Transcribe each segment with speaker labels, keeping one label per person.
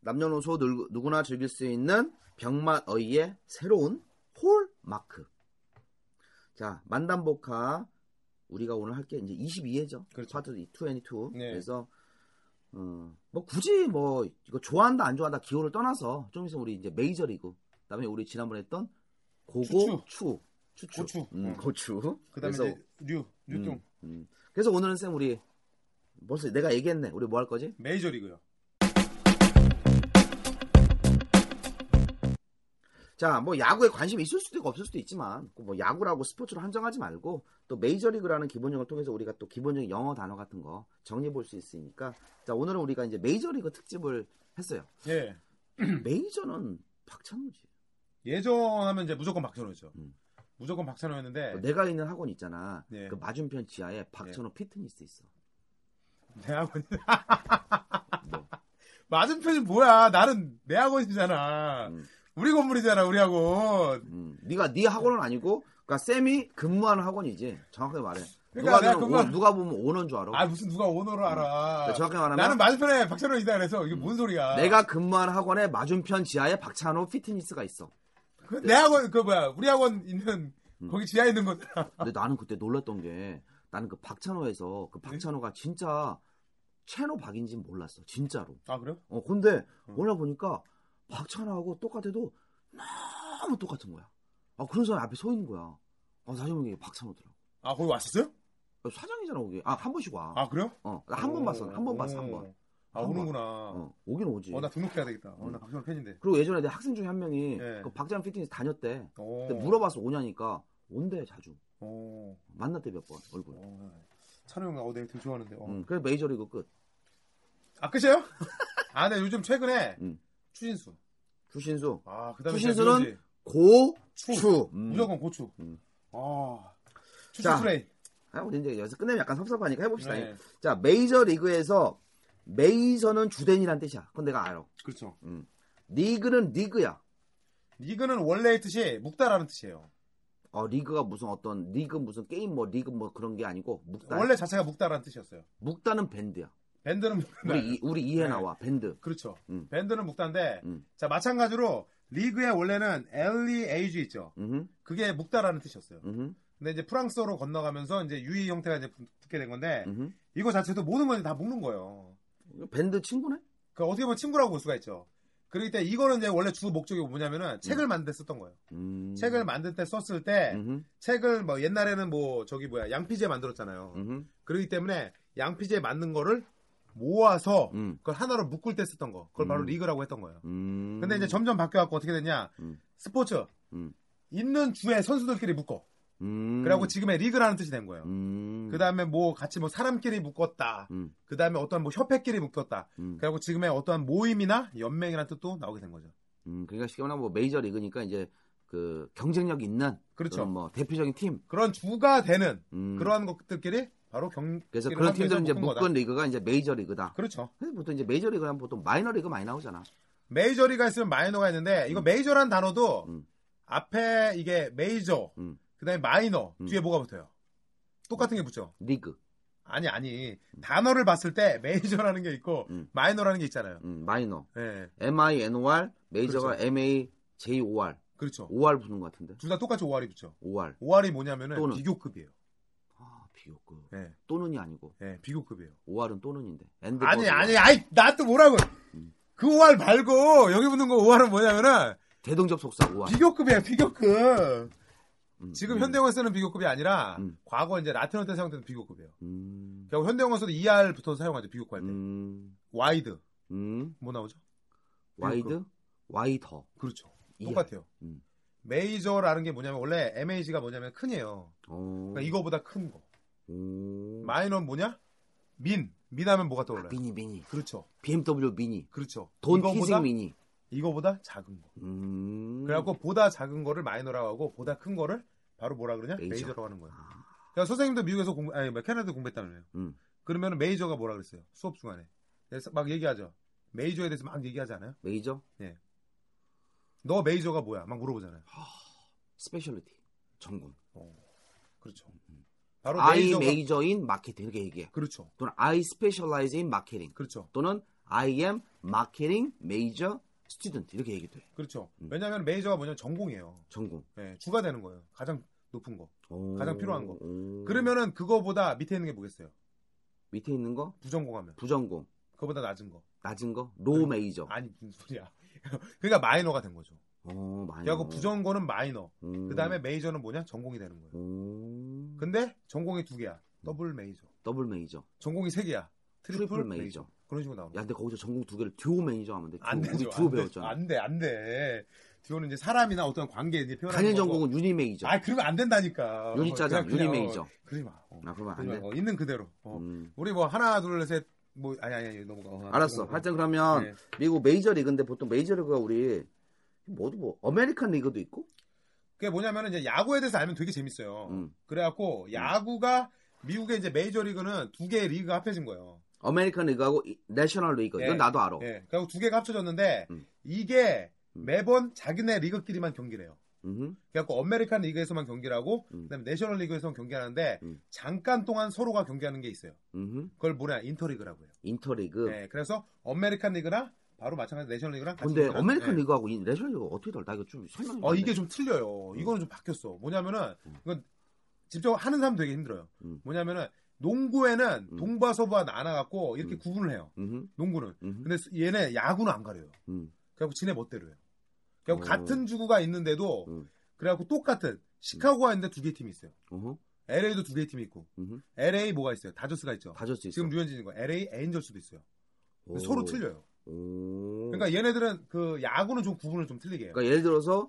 Speaker 1: 남녀노소 누, 누구나 즐길 수 있는 병맛어이의 새로운 홀마크. 자, 만담복화 우리가 오늘 할 게 이제 22회죠.
Speaker 2: 그렇죠.
Speaker 1: 파트 22.
Speaker 2: 네.
Speaker 1: 그래서 음, 뭐 굳이 뭐 이거 좋아한다 안 좋아한다 기호를 떠나서 좀 있으면 우리 이제 메이저리그. 그다음에 우리 지난번에 했던 고고
Speaker 2: 추추.
Speaker 1: 추 추추.
Speaker 2: 고추.
Speaker 1: 음,
Speaker 2: 응.
Speaker 1: 고추.
Speaker 2: 그다음에
Speaker 1: 그래서
Speaker 2: 이제 류 류동
Speaker 1: 음, 음. 그래서 오늘은 쌤 우리 벌써 내가 얘기했네. 우리 뭐 할 거지?
Speaker 2: 메이저리그요.
Speaker 1: 자, 뭐 야구에 관심이 있을 수도 있고 없을 수도 있지만 그뭐 야구라고 스포츠로 한정하지 말고 또 메이저리그라는 기본적을 통해서 우리가 또 기본적인 영어 단어 같은 거 정리해 볼 수 있으니까 자, 오늘은 우리가 이제 메이저리그 특집을 했어요.
Speaker 2: 예
Speaker 1: 메이저는 박찬호지.
Speaker 2: 예전 하면 이제 무조건 박찬호죠.
Speaker 1: 음. 어, 네.
Speaker 2: 무조건 박찬호였는데 내,
Speaker 1: 뭐 내가 있는 학원 있잖아.
Speaker 2: 네.
Speaker 1: 그 맞은편 지하에 박찬호 피트니스 있어.
Speaker 2: 학원 네.
Speaker 1: 뭐.
Speaker 2: 맞은편이 뭐야? 나는 내 학원이잖아.
Speaker 1: 음.
Speaker 2: 우리 건물이잖아 우리 학원.
Speaker 1: 음. 네가 네 학원은 아니고 그러니까 쌤이 근무하는 학원이지. 정확하게 말해.
Speaker 2: 그러니까
Speaker 1: 누가,
Speaker 2: 내가
Speaker 1: 보면
Speaker 2: 근무하는-
Speaker 1: 오, 누가 보면 오는 줄 알아.
Speaker 2: 아 무슨 누가 오너를 알아?
Speaker 1: 그러니까 정확하게 말하면
Speaker 2: 나는 맞은편에 박찬호이다 그래서 이게 뭔 소리야?
Speaker 1: 음. 내가 근무하는 학원의 맞은편 지하에 박찬호 피트니스가 있어.
Speaker 2: 그, 내 학원 그 뭐야 우리 학원 있는
Speaker 1: 음.
Speaker 2: 거기 지하에 있는 건
Speaker 1: 근데 나는 그때 놀랐던 게 나는 그 박찬호에서
Speaker 2: 네.
Speaker 1: 그 박찬호가 진짜 채노 박인지 몰랐어 진짜로.
Speaker 2: 아, 그래요?
Speaker 1: 어 근데
Speaker 2: 음.
Speaker 1: 오늘 보니까 박찬호하고 똑같아도 너무 똑같은 거야. 아 그런 사람이 앞에 서 있는 거야. 아 사실 이게 박찬호더라고.
Speaker 2: 아 거기 왔었어요?
Speaker 1: 야, 사장이잖아 오게. 아한 번씩 와.
Speaker 2: 아 그래요?
Speaker 1: 어나 한 번 봤어. 한 번 봤어 한 번.
Speaker 2: 아
Speaker 1: 한 번.
Speaker 2: 오는구나.
Speaker 1: 어 오긴 오지.
Speaker 2: 어나 등록해야 되겠다. 어나
Speaker 1: 음.
Speaker 2: 박찬호 팬인데.
Speaker 1: 그리고 예전에 내 학생 중에 한 명이
Speaker 2: 예.
Speaker 1: 그 박찬호 피트니스 다녔대.
Speaker 2: 어.
Speaker 1: 근데 물어봐서 오냐니까 온대 자주.
Speaker 2: 어.
Speaker 1: 만났대 몇 번 얼굴.
Speaker 2: 어, 찬호 형, 나 내가 되게 좋아하는데. 어.
Speaker 1: 응. 그래 메이저리그 끝.
Speaker 2: 아, 끝이에요? 아, 네, 요즘 최근에
Speaker 1: 음.
Speaker 2: 추신수.
Speaker 1: 추신수.
Speaker 2: 아, 그 다음에
Speaker 1: 추신수는 고,
Speaker 2: 추.
Speaker 1: 추. 음.
Speaker 2: 무조건 고추.
Speaker 1: 음.
Speaker 2: 아,
Speaker 1: 자,
Speaker 2: 추신 트레이.
Speaker 1: 아, 우리 이제 여기서 끝내면 약간 섭섭하니까 해봅시다.
Speaker 2: 네,
Speaker 1: 자, 메이저 리그에서 메이저는 주된이란 뜻이야. 그건 내가 알아.
Speaker 2: 그렇죠.
Speaker 1: 리그는 리그야.
Speaker 2: 리그는 원래의 뜻이 묵다라는 뜻이에요.
Speaker 1: 어, 리그가 무슨 어떤 리그 무슨 게임 뭐 리그 뭐 그런 게 아니고 묵다.
Speaker 2: 원래 자체가 묵다라는 뜻이었어요.
Speaker 1: 묵다는 밴드야.
Speaker 2: 밴드는 묵다.
Speaker 1: 우리 이, 우리 이해
Speaker 2: 네.
Speaker 1: 나와 밴드.
Speaker 2: 그렇죠.
Speaker 1: 음.
Speaker 2: 밴드는 묵다인데,
Speaker 1: 음.
Speaker 2: 자, 마찬가지로 리그의 원래는 LEAG 있죠.
Speaker 1: 음,
Speaker 2: 그게 묵다라는 뜻이었어요.
Speaker 1: 음,
Speaker 2: 근데 이제 프랑스어로 건너가면서 이제 유의 형태가 이제 붙게 된 건데,
Speaker 1: 음.
Speaker 2: 이거 자체도 모든 건다 묵는 거예요.
Speaker 1: 밴드 친구네.
Speaker 2: 그 어떻게 보면 친구라고 볼 수가 있죠. 그렇기 때문에 이거는 이제 원래 주 목적이 뭐냐면은 책을 만들 썼던 거예요.
Speaker 1: 음.
Speaker 2: 책을 만들 때 썼을 때
Speaker 1: 음,
Speaker 2: 책을 뭐 옛날에는 뭐 저기 뭐야 양피지에 만들었잖아요.
Speaker 1: 음,
Speaker 2: 그렇기 때문에 양피지에 만든 거를 모아서
Speaker 1: 음,
Speaker 2: 그걸 하나로 묶을 때 썼던 거. 그걸 바로
Speaker 1: 음.
Speaker 2: 리그라고 했던 거예요.
Speaker 1: 음.
Speaker 2: 근데 이제 점점 바뀌어갖고 어떻게 됐냐?
Speaker 1: 음.
Speaker 2: 스포츠
Speaker 1: 음.
Speaker 2: 있는 주의 선수들끼리 묶어.
Speaker 1: 음.
Speaker 2: 그래갖고 지금의 리그라는 뜻이 된 거예요.
Speaker 1: 음.
Speaker 2: 그 다음에 뭐 같이 뭐 사람끼리 묶었다.
Speaker 1: 음.
Speaker 2: 그 다음에 어떤 뭐 협회끼리 묶였다.
Speaker 1: 음.
Speaker 2: 그리고 지금의 어떠한 모임이나 연맹이라는 뜻도 나오게 된 거죠.
Speaker 1: 음, 그러니까 쉽게 말하면 뭐 메이저 리그니까 이제 그 경쟁력 있는
Speaker 2: 그렇죠.
Speaker 1: 그런 뭐 대표적인 팀
Speaker 2: 그런 주가 되는
Speaker 1: 음,
Speaker 2: 그러한 것들끼리 바로 경.
Speaker 1: 그래서
Speaker 2: 끼를
Speaker 1: 그런
Speaker 2: 하기 위해서
Speaker 1: 팀들은 이제
Speaker 2: 묶은 거다.
Speaker 1: 묶은 리그가 이제 메이저 리그다.
Speaker 2: 그렇죠.
Speaker 1: 근데 보통 이제 메이저 리그는 보통 마이너 리그 많이 나오잖아.
Speaker 2: 메이저리가 있으면 마이너가 있는데 이거 메이저란 단어도
Speaker 1: 음.
Speaker 2: 앞에 이게 메이저,
Speaker 1: 음.
Speaker 2: 그다음에 마이너
Speaker 1: 음.
Speaker 2: 뒤에 뭐가 붙어요? 똑같은 게 붙죠.
Speaker 1: 리그,
Speaker 2: 아니 아니 단어를 봤을 때 메이저라는 게 있고
Speaker 1: 음.
Speaker 2: 마이너라는 게 있잖아요.
Speaker 1: 음, 마이너,
Speaker 2: 예,
Speaker 1: M I N O R, 메이저가
Speaker 2: 그렇죠.
Speaker 1: M A J O R,
Speaker 2: 그렇죠.
Speaker 1: O R 붙는 것 같은데.
Speaker 2: 둘 다 똑같이 5R이 붙죠.
Speaker 1: O R.
Speaker 2: 5R이 뭐냐면은
Speaker 1: 또는.
Speaker 2: 비교급이에요.
Speaker 1: 아 비교급.
Speaker 2: 예,
Speaker 1: 또는이 아니고
Speaker 2: 예, 비교급이에요.
Speaker 1: O R은 또는인데. 앤드
Speaker 2: 아니
Speaker 1: 버드가.
Speaker 2: 아니 아이 나 또 뭐라고
Speaker 1: 음.
Speaker 2: 그 5R 말고 여기 붙는 거 5R은 뭐냐면은
Speaker 1: 대동적 속사 우와.
Speaker 2: 비교급이에요, 비교급.
Speaker 1: 음,
Speaker 2: 지금
Speaker 1: 음,
Speaker 2: 현대영어 쓰는 비교급이 아니라
Speaker 1: 음.
Speaker 2: 과거 이제 라틴어 때 사용되는 비교급이에요.
Speaker 1: 음,
Speaker 2: 결국 현대영어에서도 ER 부터 사용하죠, 비교급할 때.
Speaker 1: 음,
Speaker 2: 와이드.
Speaker 1: 음,
Speaker 2: 뭐 나오죠?
Speaker 1: 와이드,
Speaker 2: 비교급.
Speaker 1: 와이더.
Speaker 2: 그렇죠.
Speaker 1: 이해.
Speaker 2: 똑같아요.
Speaker 1: 음.
Speaker 2: 메이저라는 게 뭐냐면 원래 MAG가 뭐냐면 큰이에요.
Speaker 1: 어,
Speaker 2: 그러니까 이거보다 큰 거.
Speaker 1: 오.
Speaker 2: 마이너는 뭐냐? 민. 민하면
Speaker 1: 음.
Speaker 2: 뭐가
Speaker 1: 아,
Speaker 2: 떠올라요?
Speaker 1: 미니 미니.
Speaker 2: 그렇죠.
Speaker 1: BMW 미니.
Speaker 2: 그렇죠.
Speaker 1: 돈
Speaker 2: 이거보다
Speaker 1: 티징 미니.
Speaker 2: 이거보다 작은 거.
Speaker 1: 음.
Speaker 2: 그래갖고 보다 작은 거를 마이너라고 하고 보다 큰 거를 바로 뭐라 그러냐?
Speaker 1: 메이저.
Speaker 2: 메이저. 라고 하는 거예요.
Speaker 1: 아,
Speaker 2: 야, 선생님도 미국에서 공부, 아니, 뭐 캐나다 공부했다면요.
Speaker 1: 음.
Speaker 2: 그러면 메이저가 뭐라 그랬어요? 수업 중간에. 그래서 막 얘기하죠. 메이저에 대해서 막 얘기하지 않아요?
Speaker 1: 메이저,
Speaker 2: 너 메이저가 뭐야? 막 물어보잖아요.
Speaker 1: 스페셜리티, 전공.
Speaker 2: 그렇죠. 바로
Speaker 1: I
Speaker 2: 메이저가.
Speaker 1: 음. 메이저인 마케팅 이렇게 얘기해.
Speaker 2: 그렇죠.
Speaker 1: 또는 I specialize in marketing.
Speaker 2: 그렇죠.
Speaker 1: 또는 I am marketing major student 이렇게 얘기도 해.
Speaker 2: 그렇죠.
Speaker 1: 음.
Speaker 2: 왜냐하면 메이저가 뭐냐면 전공이에요.
Speaker 1: 전공.
Speaker 2: 예, 주가 되는 거예요. 가장 높은 거.
Speaker 1: 오.
Speaker 2: 어, 가장 필요한 거.
Speaker 1: 오.
Speaker 2: 그러면은 그거보다 밑에 있는 게 뭐겠어요?
Speaker 1: 음. 밑에 있는 거
Speaker 2: 부전공하면.
Speaker 1: 부전공,
Speaker 2: 그거보다 낮은 거.
Speaker 1: 낮은 거 low
Speaker 2: 그리고-
Speaker 1: major.
Speaker 2: 아니, 무슨 소리야. 그러니까 마이너가 된 거죠.
Speaker 1: 어, 많이.
Speaker 2: 그래갖고 부전공은 마이너.
Speaker 1: 음.
Speaker 2: 그 다음에 메이저는 뭐냐? 전공이 되는 거예요.
Speaker 1: 오.
Speaker 2: 근데 전공이 두 개야. 더블 메이저.
Speaker 1: 더블 메이저,
Speaker 2: 전공이 세 개야. 트리플,
Speaker 1: 트리플
Speaker 2: 메이저.
Speaker 1: 메이저.
Speaker 2: 그런 식으로
Speaker 1: 야,
Speaker 2: 나오는 거야.
Speaker 1: 근데 거기서 전공 두 개를 듀오 메이저 하면 돼. 듀오.
Speaker 2: 안 되죠.
Speaker 1: 우리 듀오
Speaker 2: 안 돼,
Speaker 1: 배웠잖아.
Speaker 2: 안 돼, 안 돼. 듀오는 이제 사람이나 어떤 관계 이제 표현하는
Speaker 1: 단일
Speaker 2: 거고.
Speaker 1: 전공은 어, 유니 메이저.
Speaker 2: 아, 그러면 안 된다니까.
Speaker 1: 유니 짜장,
Speaker 2: 그냥-
Speaker 1: 유니
Speaker 2: 그냥,
Speaker 1: 메이저.
Speaker 2: 어, 그러지 마. 어,
Speaker 1: 아, 그러면 안
Speaker 2: 그러지
Speaker 1: 돼.
Speaker 2: 마. 어, 있는 그대로. 어.
Speaker 1: 음.
Speaker 2: 우리 뭐 하나, 둘, 셋, 뭐 아니 아니 아니 넘어가. 어,
Speaker 1: 알았어.
Speaker 2: 넘어가.
Speaker 1: 하여튼 그러면
Speaker 2: 네.
Speaker 1: 미국 메이저 리그인데 보통 메이저 리그가 우리 모두 뭐 아메리칸 리그도 있고.
Speaker 2: 그게 뭐냐면은 이제 야구에 대해서 알면 되게 재밌어요.
Speaker 1: 음.
Speaker 2: 그래갖고 야구가 미국의 이제 메이저 리그는 두 개의 리그가 합해진 거예요.
Speaker 1: 아메리칸 리그하고 이- 내셔널 리그
Speaker 2: 네.
Speaker 1: 이건 나도 알아.
Speaker 2: 예. 그리고 두 개가 합쳐졌는데
Speaker 1: 어. 음.
Speaker 2: 이게
Speaker 1: 음.
Speaker 2: 매번 자기네 리그끼리만 경기를 해요.
Speaker 1: 음흠.
Speaker 2: 그래갖고 아메리칸 리그에서만 경기를 하고
Speaker 1: 음.
Speaker 2: 그다음에 내셔널 리그에서만 경기하는데
Speaker 1: 음.
Speaker 2: 잠깐 동안 서로가 경기하는 게 있어요.
Speaker 1: 음흠.
Speaker 2: 그걸 뭐냐 인터리그라고 해요.
Speaker 1: 인터리그.
Speaker 2: 예, 그래서 아메리칸 리그랑 바로 마찬가지 내셔널 리그랑 같이
Speaker 1: 근데
Speaker 2: 경기를
Speaker 1: 아메리칸
Speaker 2: 하는데,
Speaker 1: 리그하고 이 내셔널 리그 어떻게 달라? 이거 좀 설명.
Speaker 2: 어 네. 이게 좀 틀려요. 이거는 좀 바뀌었어. 뭐냐면은
Speaker 1: 음.
Speaker 2: 이건 직접 하는 사람 되게 힘들어요.
Speaker 1: 음.
Speaker 2: 뭐냐면은 농구에는
Speaker 1: 음.
Speaker 2: 동부와 서부와 나눠갖고 이렇게
Speaker 1: 음.
Speaker 2: 구분을 해요.
Speaker 1: 음흠.
Speaker 2: 농구는.
Speaker 1: 음흠.
Speaker 2: 근데 얘네 야구는 안 가려요.
Speaker 1: 음.
Speaker 2: 그래갖고 지네 멋대로 해요. 그래갖고
Speaker 1: 오.
Speaker 2: 같은 주구가 있는데도
Speaker 1: 음.
Speaker 2: 그래갖고 똑같은 시카고가 있는데 두 개 팀이 있어요.
Speaker 1: 어허.
Speaker 2: LA도 두 개 팀이 있고
Speaker 1: 음흠.
Speaker 2: LA 뭐가 있어요? 다저스가 있죠.
Speaker 1: 다저스 있어.
Speaker 2: 지금 류현진인 거. LA 애인절스도 있어요.
Speaker 1: 오.
Speaker 2: 서로 틀려요.
Speaker 1: 오. 그러니까,
Speaker 2: 그러니까 얘네들은 그 야구는 좀 구분을 좀 틀리게 해요.
Speaker 1: 예를 들어서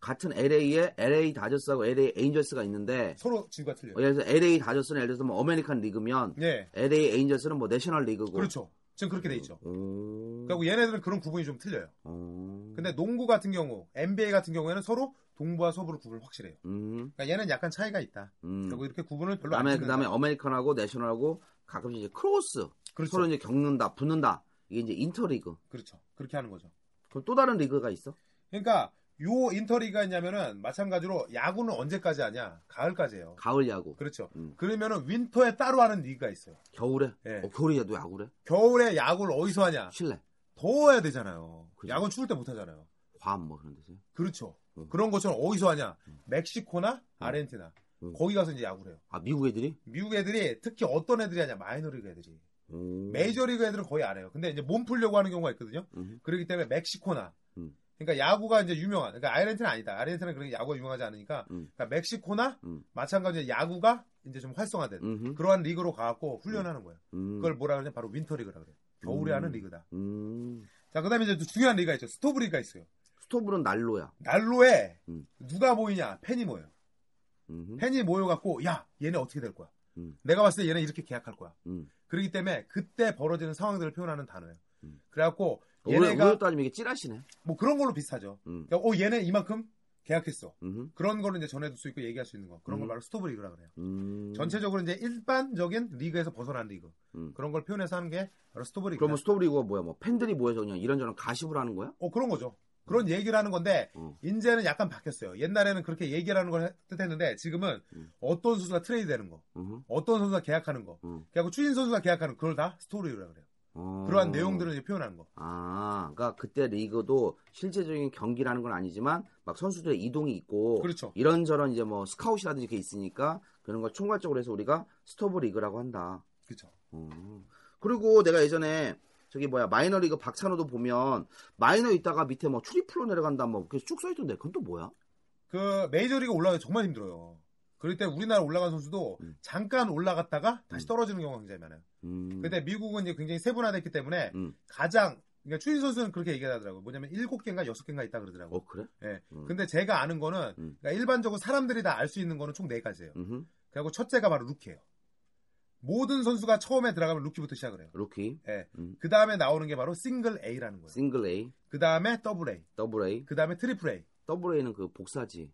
Speaker 1: 같은 LA에 LA 다저스하고 LA 에인절스가 있는데
Speaker 2: 서로 지구가 틀려요.
Speaker 1: 어, 예를 들어서 LA 다저스는 예를 들어서 뭐 아메리칸 리그면
Speaker 2: 예,
Speaker 1: LA 에인절스는 뭐 내셔널 리그고.
Speaker 2: 그렇죠. 지금 그렇게 돼
Speaker 1: 음.
Speaker 2: 있죠.
Speaker 1: 오.
Speaker 2: 그리고 얘네들은 그런 구분이 좀 틀려요.
Speaker 1: 어.
Speaker 2: 근데 농구 같은 경우, NBA 같은 경우에는 서로 동부와 서부를 구분을 확실해요.
Speaker 1: 음.
Speaker 2: 그러니까 얘는 약간 차이가 있다.
Speaker 1: 음.
Speaker 2: 그리고 이렇게 구분을 그러니까 별로 안
Speaker 1: 그다음에
Speaker 2: 짓는다.
Speaker 1: 그다음에 아메리칸하고 내셔널하고 가끔씩 이제 크로스
Speaker 2: 그렇죠.
Speaker 1: 서로 이제 겪는다 붙는다 이게 이제 인터리그
Speaker 2: 그렇죠. 그렇게 하는 거죠.
Speaker 1: 그럼 또 다른 리그가 있어
Speaker 2: 그러니까 요 인터리가 있냐면은 마찬가지로 야구는 언제까지 하냐? 가을까지예요.
Speaker 1: 가을 야구
Speaker 2: 그렇죠.
Speaker 1: 음.
Speaker 2: 그러면은 윈터에 따로 하는 리그가 있어요.
Speaker 1: 겨울에
Speaker 2: 예.
Speaker 1: 어, 겨울에 도 야구래
Speaker 2: 겨울에 야구를 어디서 하냐?
Speaker 1: 실내
Speaker 2: 더워야 되잖아요.
Speaker 1: 그죠.
Speaker 2: 야구는 추울 때 못 하잖아요.
Speaker 1: 괌 뭐 그런 데서
Speaker 2: 그렇죠.
Speaker 1: 음.
Speaker 2: 그런 것처럼 어디서 하냐? 멕시코나 아르헨티나.
Speaker 1: 음.
Speaker 2: 거기 가서 이제 야구를 해요.
Speaker 1: 아 미국 애들이
Speaker 2: 미국 애들이 특히 어떤 애들이 하냐? 마이너리그 애들이.
Speaker 1: 오.
Speaker 2: 메이저리그 애들은 거의 안 해요. 근데 이제 몸 풀려고 하는 경우가 있거든요.
Speaker 1: 음.
Speaker 2: 그렇기 때문에 멕시코나
Speaker 1: 음.
Speaker 2: 그러니까 야구가 이제 유명한 그러니까 아르헨티나 아니다. 아르헨티나는 그런 야구가 유명하지 않으니까
Speaker 1: 음.
Speaker 2: 그러니까 멕시코나
Speaker 1: 음.
Speaker 2: 마찬가지로 야구가 이제 좀 활성화된
Speaker 1: 음흠.
Speaker 2: 그러한 리그로 가갖고 훈련하는 거예요.
Speaker 1: 음.
Speaker 2: 그걸 뭐라 그러냐? 바로 윈터리그라 그래요. 겨울에
Speaker 1: 음.
Speaker 2: 하는 리그다.
Speaker 1: 음.
Speaker 2: 자, 그다음에 이제 또 중요한 리그가 있죠. 스토브리가 있어요.
Speaker 1: 스토브는 난로야
Speaker 2: 난로에
Speaker 1: 음.
Speaker 2: 누가 모이냐? 팬이 모여요.
Speaker 1: 음흠.
Speaker 2: 팬이 모여갖고 야 얘네 어떻게 될 거야?
Speaker 1: 음.
Speaker 2: 내가 봤을 때 얘네 이렇게 계약할 거야.
Speaker 1: 음.
Speaker 2: 그렇기 때문에 그때 벌어지는 상황들을 표현하는 단어예요.
Speaker 1: 음.
Speaker 2: 그래갖고
Speaker 1: 오늘
Speaker 2: 얘네가
Speaker 1: 오늘 따지면 이게 찌라시네
Speaker 2: 뭐 그런 걸로 비슷하죠.
Speaker 1: 음.
Speaker 2: 그러니까 어 얘네 이만큼 계약했어.
Speaker 1: 음흠.
Speaker 2: 그런 거를 이제 전해줄 수 있고 얘기할 수 있는 거. 그런 걸
Speaker 1: 음.
Speaker 2: 바로 스토브리그라 그래요.
Speaker 1: 음.
Speaker 2: 전체적으로 이제 일반적인 리그에서 벗어난 리그
Speaker 1: 음.
Speaker 2: 그런 걸 표현해서 하는 게 바로 스토브리그.
Speaker 1: 그러면 스토브리그가 뭐야 뭐 팬들이 모여서 그냥 이런저런 가십을 하는 거야
Speaker 2: 어 그런 거죠.
Speaker 1: 음.
Speaker 2: 그런 얘기를 하는 건데
Speaker 1: 어.
Speaker 2: 이제는 약간 바뀌었어요. 옛날에는 그렇게 얘기를 하는 걸 뜻했는데 지금은
Speaker 1: 음.
Speaker 2: 어떤 선수가 트레이드되는 거,
Speaker 1: 음흠.
Speaker 2: 어떤 선수가 계약하는 거,
Speaker 1: 음.
Speaker 2: 그리고 추진 선수가 계약하는 그걸 다 스토리라 그래요.
Speaker 1: 어.
Speaker 2: 그러한 내용들을 이제 표현하는 거.
Speaker 1: 아, 그러니까 그때 리그도 실제적인 경기라는 건 아니지만 막 선수들의 이동이 있고
Speaker 2: 그렇죠.
Speaker 1: 이런저런 이제 뭐 스카웃이라든지 이렇게 있으니까 그런 걸 총괄적으로 해서 우리가 스토브 리그라고 한다.
Speaker 2: 그렇죠.
Speaker 1: 어. 그리고 내가 예전에 저기 뭐야 마이너리그 박찬호도 보면 마이너 있다가 밑에 뭐 출입프로 내려간다 뭐 그래서 쭉 써있던데 그건 또 뭐야?
Speaker 2: 그 메이저리그 올라가기 정말 힘들어요. 그럴 때 우리나라 올라간 선수도
Speaker 1: 음.
Speaker 2: 잠깐 올라갔다가 다시
Speaker 1: 음.
Speaker 2: 떨어지는 경우가 굉장히 많아요.
Speaker 1: 음.
Speaker 2: 근데 미국은 이제 굉장히 세분화됐기 때문에
Speaker 1: 음.
Speaker 2: 가장 그러니까 추인 선수는 그렇게 얘기하더라고요. 뭐냐면 일곱 개인가 여섯 개인가 있다 그러더라고요.
Speaker 1: 어 그래?
Speaker 2: 예.
Speaker 1: 음.
Speaker 2: 근데 제가 아는 거는
Speaker 1: 음.
Speaker 2: 그러니까 일반적으로 사람들이 다 알 수 있는 거는 총 네 가지예요.
Speaker 1: 음흠.
Speaker 2: 그리고 첫째가 바로 루키예요. 모든 선수가 처음에 들어가면 루키부터 시작을 해요.
Speaker 1: 루키
Speaker 2: 예.
Speaker 1: 음.
Speaker 2: 그 다음에 나오는 게 바로 싱글 A라는 거예요.
Speaker 1: 싱글 A
Speaker 2: 그 다음에 더블 A,
Speaker 1: 더블 A
Speaker 2: 그 다음에 트리플 A.
Speaker 1: 더블 A는 그 복사지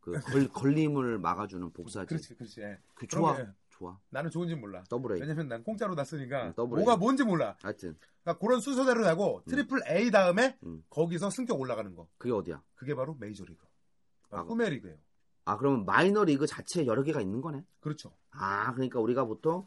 Speaker 1: 그 걸, 걸림을 막아주는 복사지
Speaker 2: 그렇지, 그렇지. 예.
Speaker 1: 그 좋아
Speaker 2: 그러면-
Speaker 1: 좋아
Speaker 2: 나는 좋은지 몰라.
Speaker 1: 더블 A
Speaker 2: 왜냐면 난 공짜로 났으니까
Speaker 1: 음, 더블
Speaker 2: 뭐가
Speaker 1: A.
Speaker 2: 뭔지 몰라.
Speaker 1: 하여튼
Speaker 2: 그러니까 그런 순서대로 가고 트리플 A 다음에
Speaker 1: 음.
Speaker 2: 거기서 승격 올라가는 거.
Speaker 1: 그게 어디야?
Speaker 2: 그게 바로 메이저리그.
Speaker 1: 아,
Speaker 2: 후메 리그예요.
Speaker 1: 아 그러면 마이너리그 자체에 여러 개가 있는 거네?
Speaker 2: 그렇죠.
Speaker 1: 아, 그러니까 우리가 보통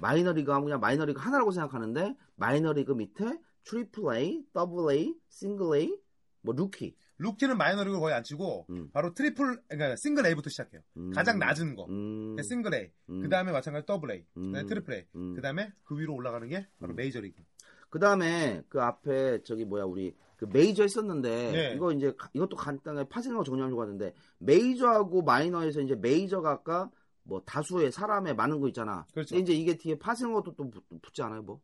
Speaker 1: 마이너리그 하면 그냥 마이너리그 하나라고 생각하는데 마이너리그 밑에 트리플 A, 더블 A, 싱글 A, 뭐 루키.
Speaker 2: 루키는 마이너리그 거의 안 치고
Speaker 1: 음.
Speaker 2: 바로 트리플 그러니까 싱글 A부터 시작해요.
Speaker 1: 음.
Speaker 2: 가장 낮은 거. 네,
Speaker 1: 음.
Speaker 2: 싱글 A.
Speaker 1: 음.
Speaker 2: 그다음에 마찬가지 더블 A.
Speaker 1: 음.
Speaker 2: 그다음에 트리플 A.
Speaker 1: 음.
Speaker 2: 그다음에 그 위로 올라가는 게 바로
Speaker 1: 음.
Speaker 2: 메이저리그.
Speaker 1: 그다음에 그 앞에 저기 뭐야 우리 그 메이저 했었는데
Speaker 2: 네.
Speaker 1: 이거 이제 가- 이것도 간단하게 파생하고 정리하려고 하는데 메이저하고 마이너에서 이제 메이저가 아까 뭐 다수의 사람의 많은 거 있잖아.
Speaker 2: 그렇죠.
Speaker 1: 근데 이제 이게 뒤에 파생어도 또 붙- 붙지 않아요, 뭐?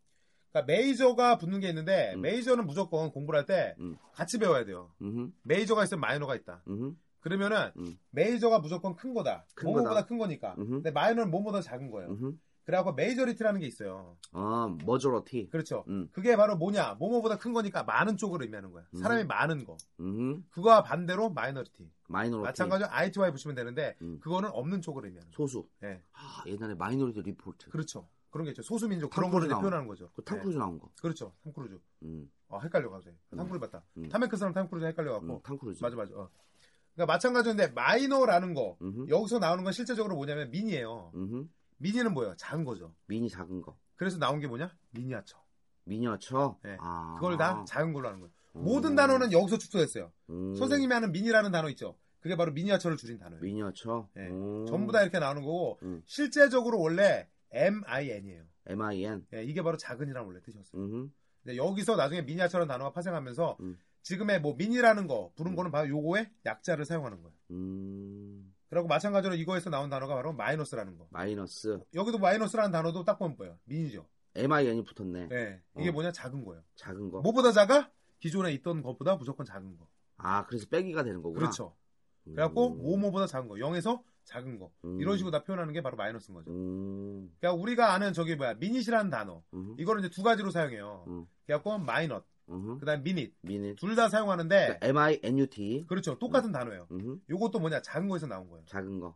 Speaker 2: 그러니까 메이저가 붙는 게 있는데
Speaker 1: 음.
Speaker 2: 메이저는 무조건 공부를 할 때
Speaker 1: 음.
Speaker 2: 같이 배워야 돼요.
Speaker 1: 음.
Speaker 2: 메이저가 있으면 마이너가 있다.
Speaker 1: 음.
Speaker 2: 그러면은
Speaker 1: 음.
Speaker 2: 메이저가 무조건 큰 거다.
Speaker 1: 큰
Speaker 2: 몸보다
Speaker 1: 거다.
Speaker 2: 큰 거니까.
Speaker 1: 음흠.
Speaker 2: 근데 마이너는 몸보다 작은 거예요.
Speaker 1: 음.
Speaker 2: 그래갖고 메이저리티라는 게 있어요.
Speaker 1: 아, 머저러티.
Speaker 2: 그렇죠.
Speaker 1: 음.
Speaker 2: 그게 바로 뭐냐? 몸보다 큰 거니까 많은 쪽으로 의미하는 거야.
Speaker 1: 음.
Speaker 2: 사람이 많은 거.
Speaker 1: 음.
Speaker 2: 그거와 반대로 마이너리티.
Speaker 1: 마이너러티.
Speaker 2: 마찬가지로 ITY 붙이면 되는데
Speaker 1: 음.
Speaker 2: 그거는 없는 쪽으로 의미하는 거예요.
Speaker 1: 소수.
Speaker 2: 예.
Speaker 1: 아, 옛날에 마이너리티 리포트. 그
Speaker 2: 그렇죠. 그런 게 있죠. 소수민족
Speaker 1: 탐크루즈
Speaker 2: 그런 거를 이제
Speaker 1: 나오는
Speaker 2: 표현하는 거죠.
Speaker 1: 그 탕크루즈 나온 거.
Speaker 2: 예. 그렇죠. 탐크루즈.
Speaker 1: 음.
Speaker 2: 아, 헷갈려 가지고.
Speaker 1: 음.
Speaker 2: 탐크루즈 맞다.
Speaker 1: 음.
Speaker 2: 타메크스랑 탐크루즈
Speaker 1: 음,
Speaker 2: 헷갈려갖고.
Speaker 1: 탕크루즈.
Speaker 2: 어, 맞아 맞아. 어. 그러니까 마찬가지인데 마이너라는 거
Speaker 1: 음흠.
Speaker 2: 여기서 나오는 건 실제적으로 뭐냐면 미니예요.
Speaker 1: 음흠.
Speaker 2: 미니는 뭐예요? 작은 거죠.
Speaker 1: 미니 작은 거.
Speaker 2: 그래서 나온 게 뭐냐? 미니아처.
Speaker 1: 미니어처.
Speaker 2: 네.
Speaker 1: 아.
Speaker 2: 그걸 다 작은 걸로 하는 거예요.
Speaker 1: 음.
Speaker 2: 모든 단어는 여기서 축소됐어요.
Speaker 1: 음.
Speaker 2: 선생님이 하는 미니라는 단어 있죠. 그게 바로 미니아처를 줄인 단어예요.
Speaker 1: 미니어처.
Speaker 2: 네.
Speaker 1: 음.
Speaker 2: 전부 다 이렇게 나오는 거고
Speaker 1: 음.
Speaker 2: 실제적으로 원래 MIN이에요. 예,
Speaker 1: MIN.
Speaker 2: 이게 바로 작은이라는 원래 뜻이었어요.
Speaker 1: 음흠.
Speaker 2: 근데 여기서 나중에 미니아처라는 단어가 파생하면서
Speaker 1: 음.
Speaker 2: 지금의 뭐 미니라는 거 부른
Speaker 1: 음.
Speaker 2: 거는 바로 요거의 약자를 사용하는 거예요.
Speaker 1: 음.
Speaker 2: 그리고 마찬가지로 이거에서 나온 단어가 바로 마이너스라는 거.
Speaker 1: 마이너스.
Speaker 2: 여기도 마이너스라는 단어도 딱 보면 뭐예요? 미니죠.
Speaker 1: MIN이 붙었네.
Speaker 2: 예. 이게
Speaker 1: 어.
Speaker 2: 뭐냐? 작은 거예요.
Speaker 1: 작은 거.
Speaker 2: 뭐보다 작아? 기존에 있던 것보다 무조건 작은 거.
Speaker 1: 아, 그래서 빼기가 되는 거구나.
Speaker 2: 그렇죠. 그래갖고
Speaker 1: 음.
Speaker 2: 뭐뭐보다 작은 거. 0에서 작은 거.
Speaker 1: 음.
Speaker 2: 이런 식으로 다 표현하는 게 바로 마이너스인 거죠.
Speaker 1: 음.
Speaker 2: 그러니까 우리가 아는 저기 뭐야 미닛이라는 단어
Speaker 1: 음.
Speaker 2: 이거를 이제 두 가지로 사용해요.
Speaker 1: 음.
Speaker 2: 그래갖고 마이넛,
Speaker 1: 음.
Speaker 2: 그다음 미닛
Speaker 1: 미니. 그러니까
Speaker 2: 둘 다
Speaker 1: 네.
Speaker 2: 사용하는데
Speaker 1: MINUT.
Speaker 2: 그렇죠 똑같은 단어예요.
Speaker 1: 음흠.
Speaker 2: 요것도 뭐냐 작은 거에서 나온 거예요.
Speaker 1: 작은 거.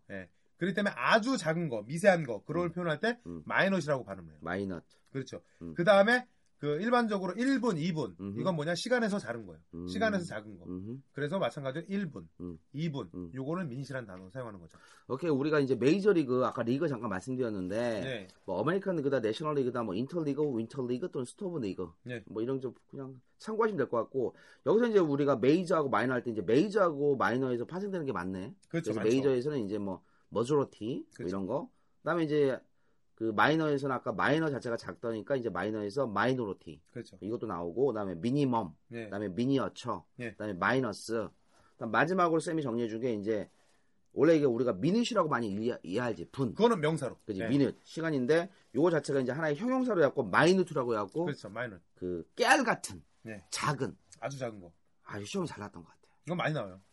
Speaker 2: 그렇기 때문에 아주 작은 거, 미세한 거 그걸
Speaker 1: 음.
Speaker 2: 표현할 때
Speaker 1: 음.
Speaker 2: 마이넛이라고 발음을 해요.
Speaker 1: 마이너.
Speaker 2: 그렇죠.
Speaker 1: 음.
Speaker 2: 그 다음에 그 일반적으로 1분, 2분
Speaker 1: 음흠.
Speaker 2: 이건 뭐냐 시간에서 작은 거예요.
Speaker 1: 음.
Speaker 2: 시간에서 작은 거.
Speaker 1: 음.
Speaker 2: 그래서 마찬가지로 1분,
Speaker 1: 음.
Speaker 2: 2분
Speaker 1: 음.
Speaker 2: 요거는 미닛이라는 단어 사용하는 거죠.
Speaker 1: 오케이 우리가 이제 메이저리그 아까 리그 잠깐 말씀드렸는데
Speaker 2: 네.
Speaker 1: 뭐 아메리칸 리그다 내셔널 리그다 뭐 인터리그 윈터리그 또는 스토브 리그
Speaker 2: 네.
Speaker 1: 뭐 이런 좀 그냥 참고하시면 될 것 같고 여기서 이제 우리가 메이저하고 마이너 할 때 이제 메이저하고 마이너에서 파생되는 게 많네
Speaker 2: 그렇죠.
Speaker 1: 그래서
Speaker 2: 맞죠.
Speaker 1: 메이저에서는 이제 뭐 머저러티 뭐
Speaker 2: 그렇죠.
Speaker 1: 이런 거 그다음에 이제 그 마이너에서는 아까 마이너 자체가 작다니까 이제 마이너에서 마이노러티
Speaker 2: 그렇죠.
Speaker 1: 이것도 나오고 그다음에 미니멈
Speaker 2: 네.
Speaker 1: 그다음에 미니어처,
Speaker 2: 예.
Speaker 1: 그다음에 마이너스. 그다음 마지막으로 쌤이 정리해 준 게 이제 원래 이게 우리가 미닛이라고 많이 이해- 이해하지 분.
Speaker 2: 그거는 명사로.
Speaker 1: 그지
Speaker 2: 네.
Speaker 1: 미닛 시간인데 요거 자체가 이제 하나의 형용사로 해갖고 마이누트라고 해갖고 그
Speaker 2: 그렇죠. 마이넛.
Speaker 1: 깨알 같은
Speaker 2: 네.
Speaker 1: 작은
Speaker 2: 아주 작은 거.
Speaker 1: 아주 시험이 잘 났던 것 같아요.
Speaker 2: 이건 많이 나와요.